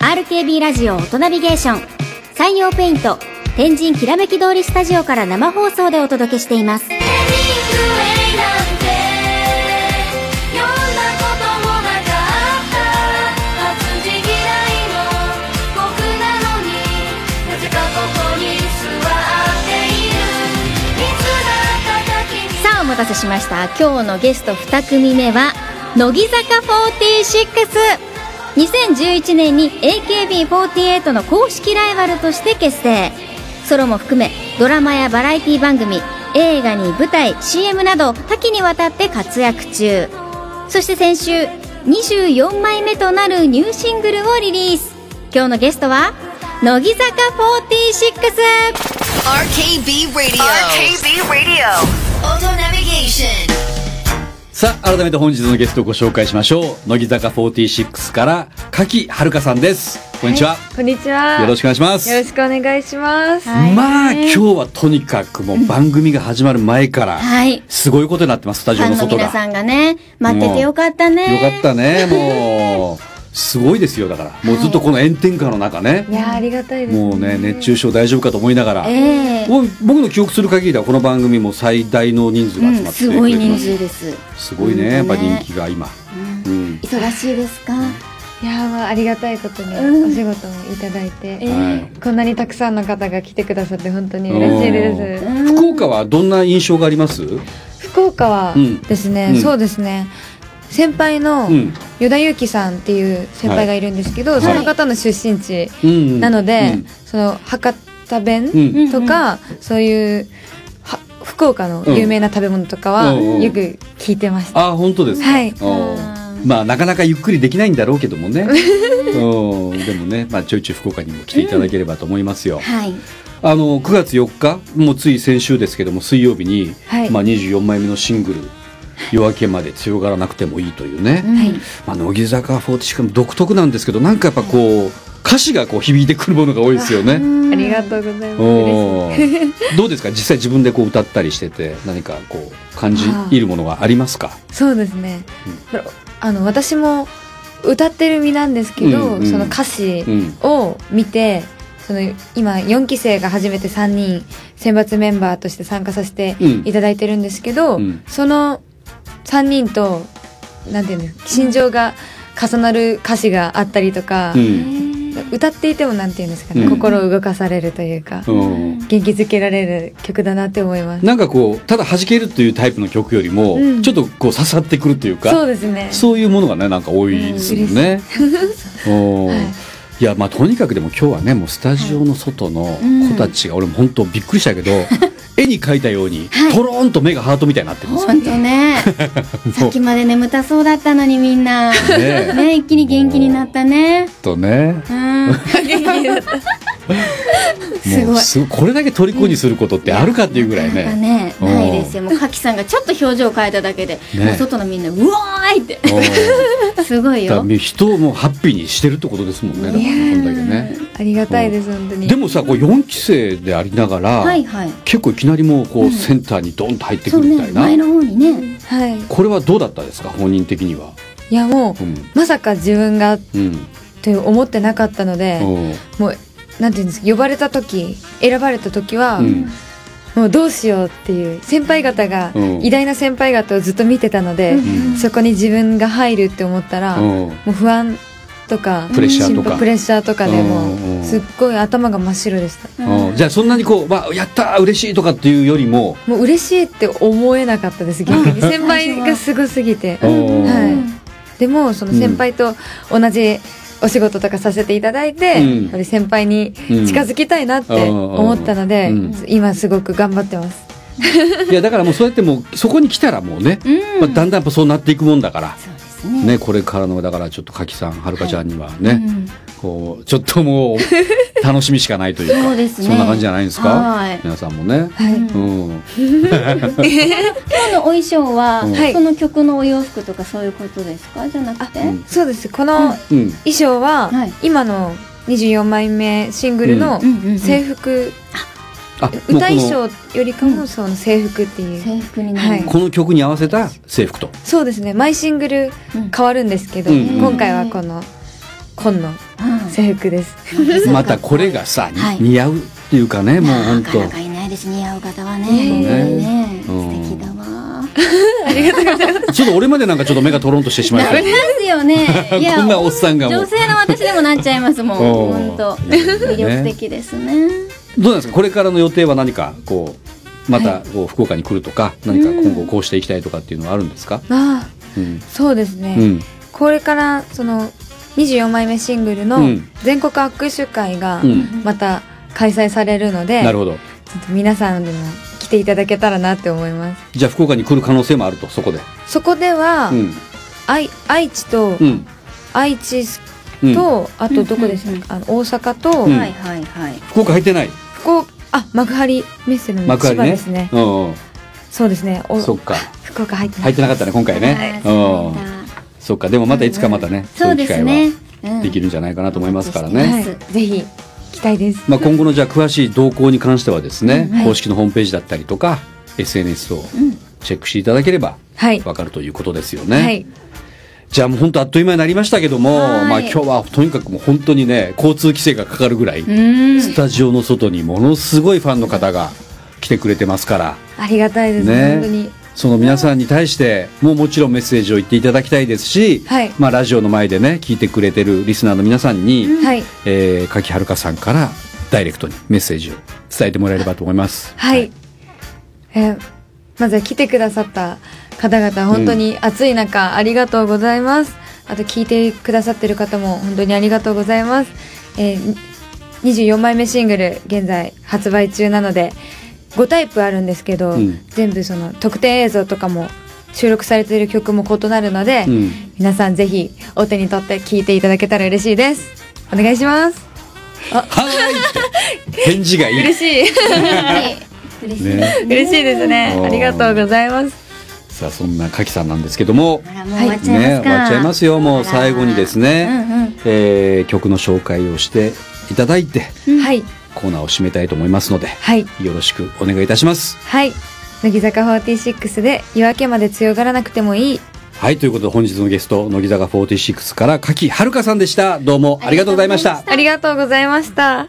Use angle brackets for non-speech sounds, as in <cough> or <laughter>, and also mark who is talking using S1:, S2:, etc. S1: RKB ラジオ音ナビゲーション山陽ペイント天神きらめき通りスタジオから生放送でお届けしています
S2: 「エニックウェイなんて呼んだこともなかった」「活字嫌いの僕なのになぜかここに座っている」「いつだったか君
S1: さあお待たせしました今日のゲスト2組目は乃木坂462011年に AKB48 の公式ライバルとして結成ソロも含めドラマやバラエティ番組映画に舞台 CM など多岐にわたって活躍中そして先週24枚目となるニューシングルをリリース今日のゲストは乃木坂46
S3: RKB Radio. RKB Radio. Auto Navigation.
S4: さあ、改めて本日のゲストをご紹介しましょう。乃木坂46から、柿遥香さんです。こんにちは。
S5: こんにちは。
S4: よろしくお願いします。
S5: よろしくお願いします。
S1: はい
S4: まあ、今日はとにかくもう番組が始まる前から、
S1: はい
S4: すごいことになってます、スタ
S1: フ
S4: ジオ
S1: ァ
S4: の
S1: ンの
S4: 外が。
S1: 皆さんがね待っててよかったね
S4: よかったね、もう。すごいですよ、だから。もうずっとこの炎天下の中ね。
S5: いやーありがたいです、
S4: もうね、熱中症大丈夫かと思いながら。
S1: ええ
S4: もう僕の記憶する限りではこの番組も最大の人数が
S1: うん、
S4: 集まって
S1: す
S4: くれてます、
S1: ごい人数です
S4: すごいねやっぱ人気が今、うん
S1: 忙しいですか
S5: いやーまあありがたいことに
S1: うん
S5: お仕事もいただいて、
S1: え
S4: はい
S5: こんなにたくさんの方が来てくださって本当に嬉しいです。
S1: うん
S4: 福岡はどんな印象があります？う
S5: 福岡は
S4: うん
S5: ですね、
S4: うん
S5: そうですね。先輩の
S4: ん、
S5: 依田祐樹さんっていう先輩がいるんですけど、
S4: はい
S5: その方の出身地
S4: うん
S5: なので、
S4: うん
S5: その博多弁、
S4: うん
S1: うん
S5: とか、そういうは福岡の有名な食べ物とかは
S4: うんうん
S5: よく聞いてました、
S4: あ本当ですか。
S5: はい
S4: お
S1: あー
S4: まあなかなかゆっくりできないんだろうけどもね。おでもね、まあちょいちょい福岡にも来ていただければと思いますよ。
S1: はい
S4: あの9月4日、もうつい先週ですけども水曜日に、
S5: はい
S4: まあ24枚目のシングル。夜明けまで強がらなくてもいいという
S1: う
S4: ね、
S1: ん
S4: まあ、乃木坂4しかも独特なんですけどなんかやっぱこう歌詞がこう響いてくるものが多いですよね。
S5: ありがとうございます嬉しい
S4: おーどうですか実際自分でこう歌ったりしてて何かこう感じ
S5: あー
S4: いるものはありますか
S5: そうですね、あの私も歌ってる身なんですけど、
S4: うんうん
S5: その歌詞
S4: うん
S5: を見てその今4期生が初めて3人選抜メンバーとして参加させていただいてるんですけど、
S4: うん
S5: その3人となんていうんですか心情が重なる歌詞があったりとか、
S4: うん
S5: 歌っていてもなんていうんですかね、
S4: うん
S5: 心を動かされるというか、
S4: うん
S5: 元気づけられる曲だなって思います
S4: なんかこうただ弾けるというタイプの曲よりも、
S5: うん
S4: ちょっとこう刺さってくるというか
S5: そうですね
S4: そういうものがねなんか多いですもんね。 <laughs> おー
S5: はい
S4: いやまあとにかくでも今日はねもうスタジオの外の子たちが、俺も本当びっくりし
S1: <laughs>
S4: たけど絵に描いたように、
S1: はい
S4: とろんと目がハートみたいになってるんですよ
S1: 本当ね <laughs> さっきまで眠たそうだったのにみんな
S4: ね
S1: ね一気に元気になったね
S4: とね
S1: うんす
S4: も
S1: ご
S4: う
S1: い
S4: すごいこれだけ虜にすることってあるかっていうぐらいね。
S1: なんかね
S4: うん
S1: ないですよもうかきさんがちょっと表情変えただけで、
S4: ね
S1: もう外のみんなうわーいって
S4: お
S1: <laughs>
S4: ー
S1: すごい
S4: だから
S1: よ
S4: 人をもうハッピーにしてるってことですもんね。だからこんだけね。
S5: ありがたいです本当に
S4: でもさ、こう四期生でありながら、
S1: はいはい
S4: 結構いきなりもうこ
S1: うん
S4: うセンターにドンと入って
S1: そ
S4: く
S1: う
S4: るみ
S1: ね
S4: たいな。
S1: 前の方にね
S5: はい
S4: これはどうだったですか、本人的には。
S5: いやもう
S4: うん。
S5: まさか自分がっ
S4: うん。
S5: て思ってなかったので
S4: おー
S5: もうなんていうんですか呼ばれた時選ばれた時は、
S4: うん。
S5: もうどうしようっていう先輩方が、
S4: うん
S5: 偉大な先輩方をずっと見てたので、
S4: ん
S5: そこに自分が入るって思ったら、も
S4: おー
S5: う不安とか
S4: プレッシャーと
S5: 心配
S4: か
S5: プ。レッシャーとかで
S4: う
S5: も
S4: んうん
S5: うすっごい頭が真っ白でした
S4: おーじゃあそんなにこう、わ、やったー嬉しいとかっていうよりも、
S5: もう嬉しいって思えなかったです逆に先輩がすごすぎて
S4: おー
S5: はでもその先輩と同じお仕事とかさせていただいて、
S4: うん
S5: やっぱり先輩に近づきたいなって思ったので、
S4: うん
S5: 今すごく頑張ってます
S4: いやだからもうそうやってもうそこに来たらもうね、
S1: うん
S4: まあ、だんだんやっぱそうなっていくもんだから、
S1: そうですね
S4: ね、これからのだからちょっとかきさんはるかちゃんにはね、
S1: うん
S4: こうちょっともう
S1: <laughs>
S4: 楽しみしかないというか
S1: そうですね
S4: んな感じじゃないですか
S1: はい
S4: 皆さんもね。
S5: はい、
S4: うん、
S1: 今日のお衣装は、
S4: うん
S5: はい
S1: その曲のお洋服とかそういうことですかじゃなくて、
S4: あうん
S5: そうですこ
S4: うん
S5: の衣装は、
S1: はい
S5: 今の24枚目シングルの
S1: うんうんうん
S5: 制服、
S4: あ
S5: 歌
S4: も
S5: 衣
S4: うこの
S5: 装よりかもその制服っていう、
S1: 制服になる、
S5: はい
S4: この曲に合わせた制服と。
S5: そうですね毎シングル
S1: うん
S5: 変わるんですけど、
S4: うん
S5: 今回はこの紺の
S1: うん
S5: 制服です。
S4: またこれがさ、
S1: はい
S4: 似合うっていうかねもう本
S1: な
S4: 当
S1: かなかいないです似合う方はね
S5: ね
S1: ね
S4: うん
S1: 素敵だわ
S4: ちょっと俺までなんかちょっと目がトロンとしてしまい
S1: な
S4: まし
S1: りますよ
S4: <laughs>
S1: ねいや
S4: こんなおっさんがもう
S1: 女性の私でもなっちゃいますもん
S4: おー
S1: 本当
S4: なるほどね
S1: 魅力的ですね
S4: たどうなんですかこれからの予定は何かこうまたこう福岡に来るとか、何か今後こうしていきたいとかっていうのはあるんですか、
S5: あ
S4: うん
S5: あ、そうですね。
S4: うん
S5: これからその24枚目シングル
S4: う
S5: の
S4: ん
S5: 全国握手会が
S4: うん
S5: また開催されるので、
S4: なるほど
S5: ちょっと皆さんでも来ていただけたらなって思います。
S4: じゃあ福岡に来る可能性もあるとそこで、
S5: そこでは、
S4: うん
S5: 愛愛知と、
S4: うん
S5: 愛知
S4: うん、
S5: と、あとどこでした
S1: うんうん
S5: っけ、あの大阪と、
S4: うん
S1: はいはいはい
S4: 福岡入ってない
S5: 福岡あ幕張メッセの
S4: 幕
S5: 千
S4: 張
S5: 葉
S4: ね
S5: ですね。
S4: うんうん、
S5: そうですね。お
S4: そっか
S5: 福岡入ってな
S4: 入
S5: い
S4: ってなかったね今回ね
S1: あーそう
S4: う
S1: なん
S4: ん
S1: だ
S4: そっかでもまたいつかまたね、
S1: そうで
S4: 機
S1: す
S4: 会
S1: ね
S4: は
S1: うん
S4: できるんじゃないかなと思いますから
S1: た
S4: ね、
S1: うん
S5: はい、ぜひ期待です。
S4: まあ、今後のじゃあ詳しい動向に関してはですね、
S5: はい
S4: 公式のホームページだったりとか SNS を
S1: うん
S4: チェックしていただければ
S5: はい。
S4: わかるということですよね、
S5: はい。
S4: じゃあもう本当あっという間になりましたけども、
S1: はい
S4: まあ、今日はとにかくもう本当にね交通規制がかかるぐらい、
S1: うん
S4: スタジオの外にものすごいファンの方が来てくれてますから
S5: ありがたいです。
S4: ね
S5: 本当に。
S4: その皆さんに対してもうもちろんメッセージを言っていただきたいですし、
S5: はい
S4: まあ、ラジオの前でね聞いてくれてるリスナーの皆さんに、
S5: はい。
S4: えー、柿はるかさんからダイレクトにメッセージを伝えてもらえればと思います。
S5: はい。えーまずは来てくださった方々、本当に暑い中、ありがとうございます。あと、聞いてくださってる方も、本当にありがとうございます。えー24枚目シングル、現在発売中なので、5タイプあるんですけど、
S4: うん
S5: 全部その特典映像とかも収録されている曲も異なるので、
S4: うん
S5: 皆さんぜひお手に取って聴いていただけたら嬉しいです。お願いします。
S4: はーいって返事がいい。
S5: 嬉しい。
S4: ね、
S5: 嬉しいですね
S4: お。ー
S5: ありがとうございます。
S4: さあそんな柿さんなんですけども、
S1: あらもう終わっちゃいます
S4: ね、
S1: か
S4: 終わっちゃいますよもう最後にですね、
S1: うんうん
S4: えー曲の紹介をしていただいて
S5: はい。
S4: コーナーを締めたいと思いますので
S5: はい。
S4: よろしくお願いいたします。
S5: はい。乃木坂46で夜明けまで強がらなくてもいい。
S4: はいということで本日のゲスト乃木坂46から柿はるかさんでしたどうもありがとうございました。
S5: ありがとうございました。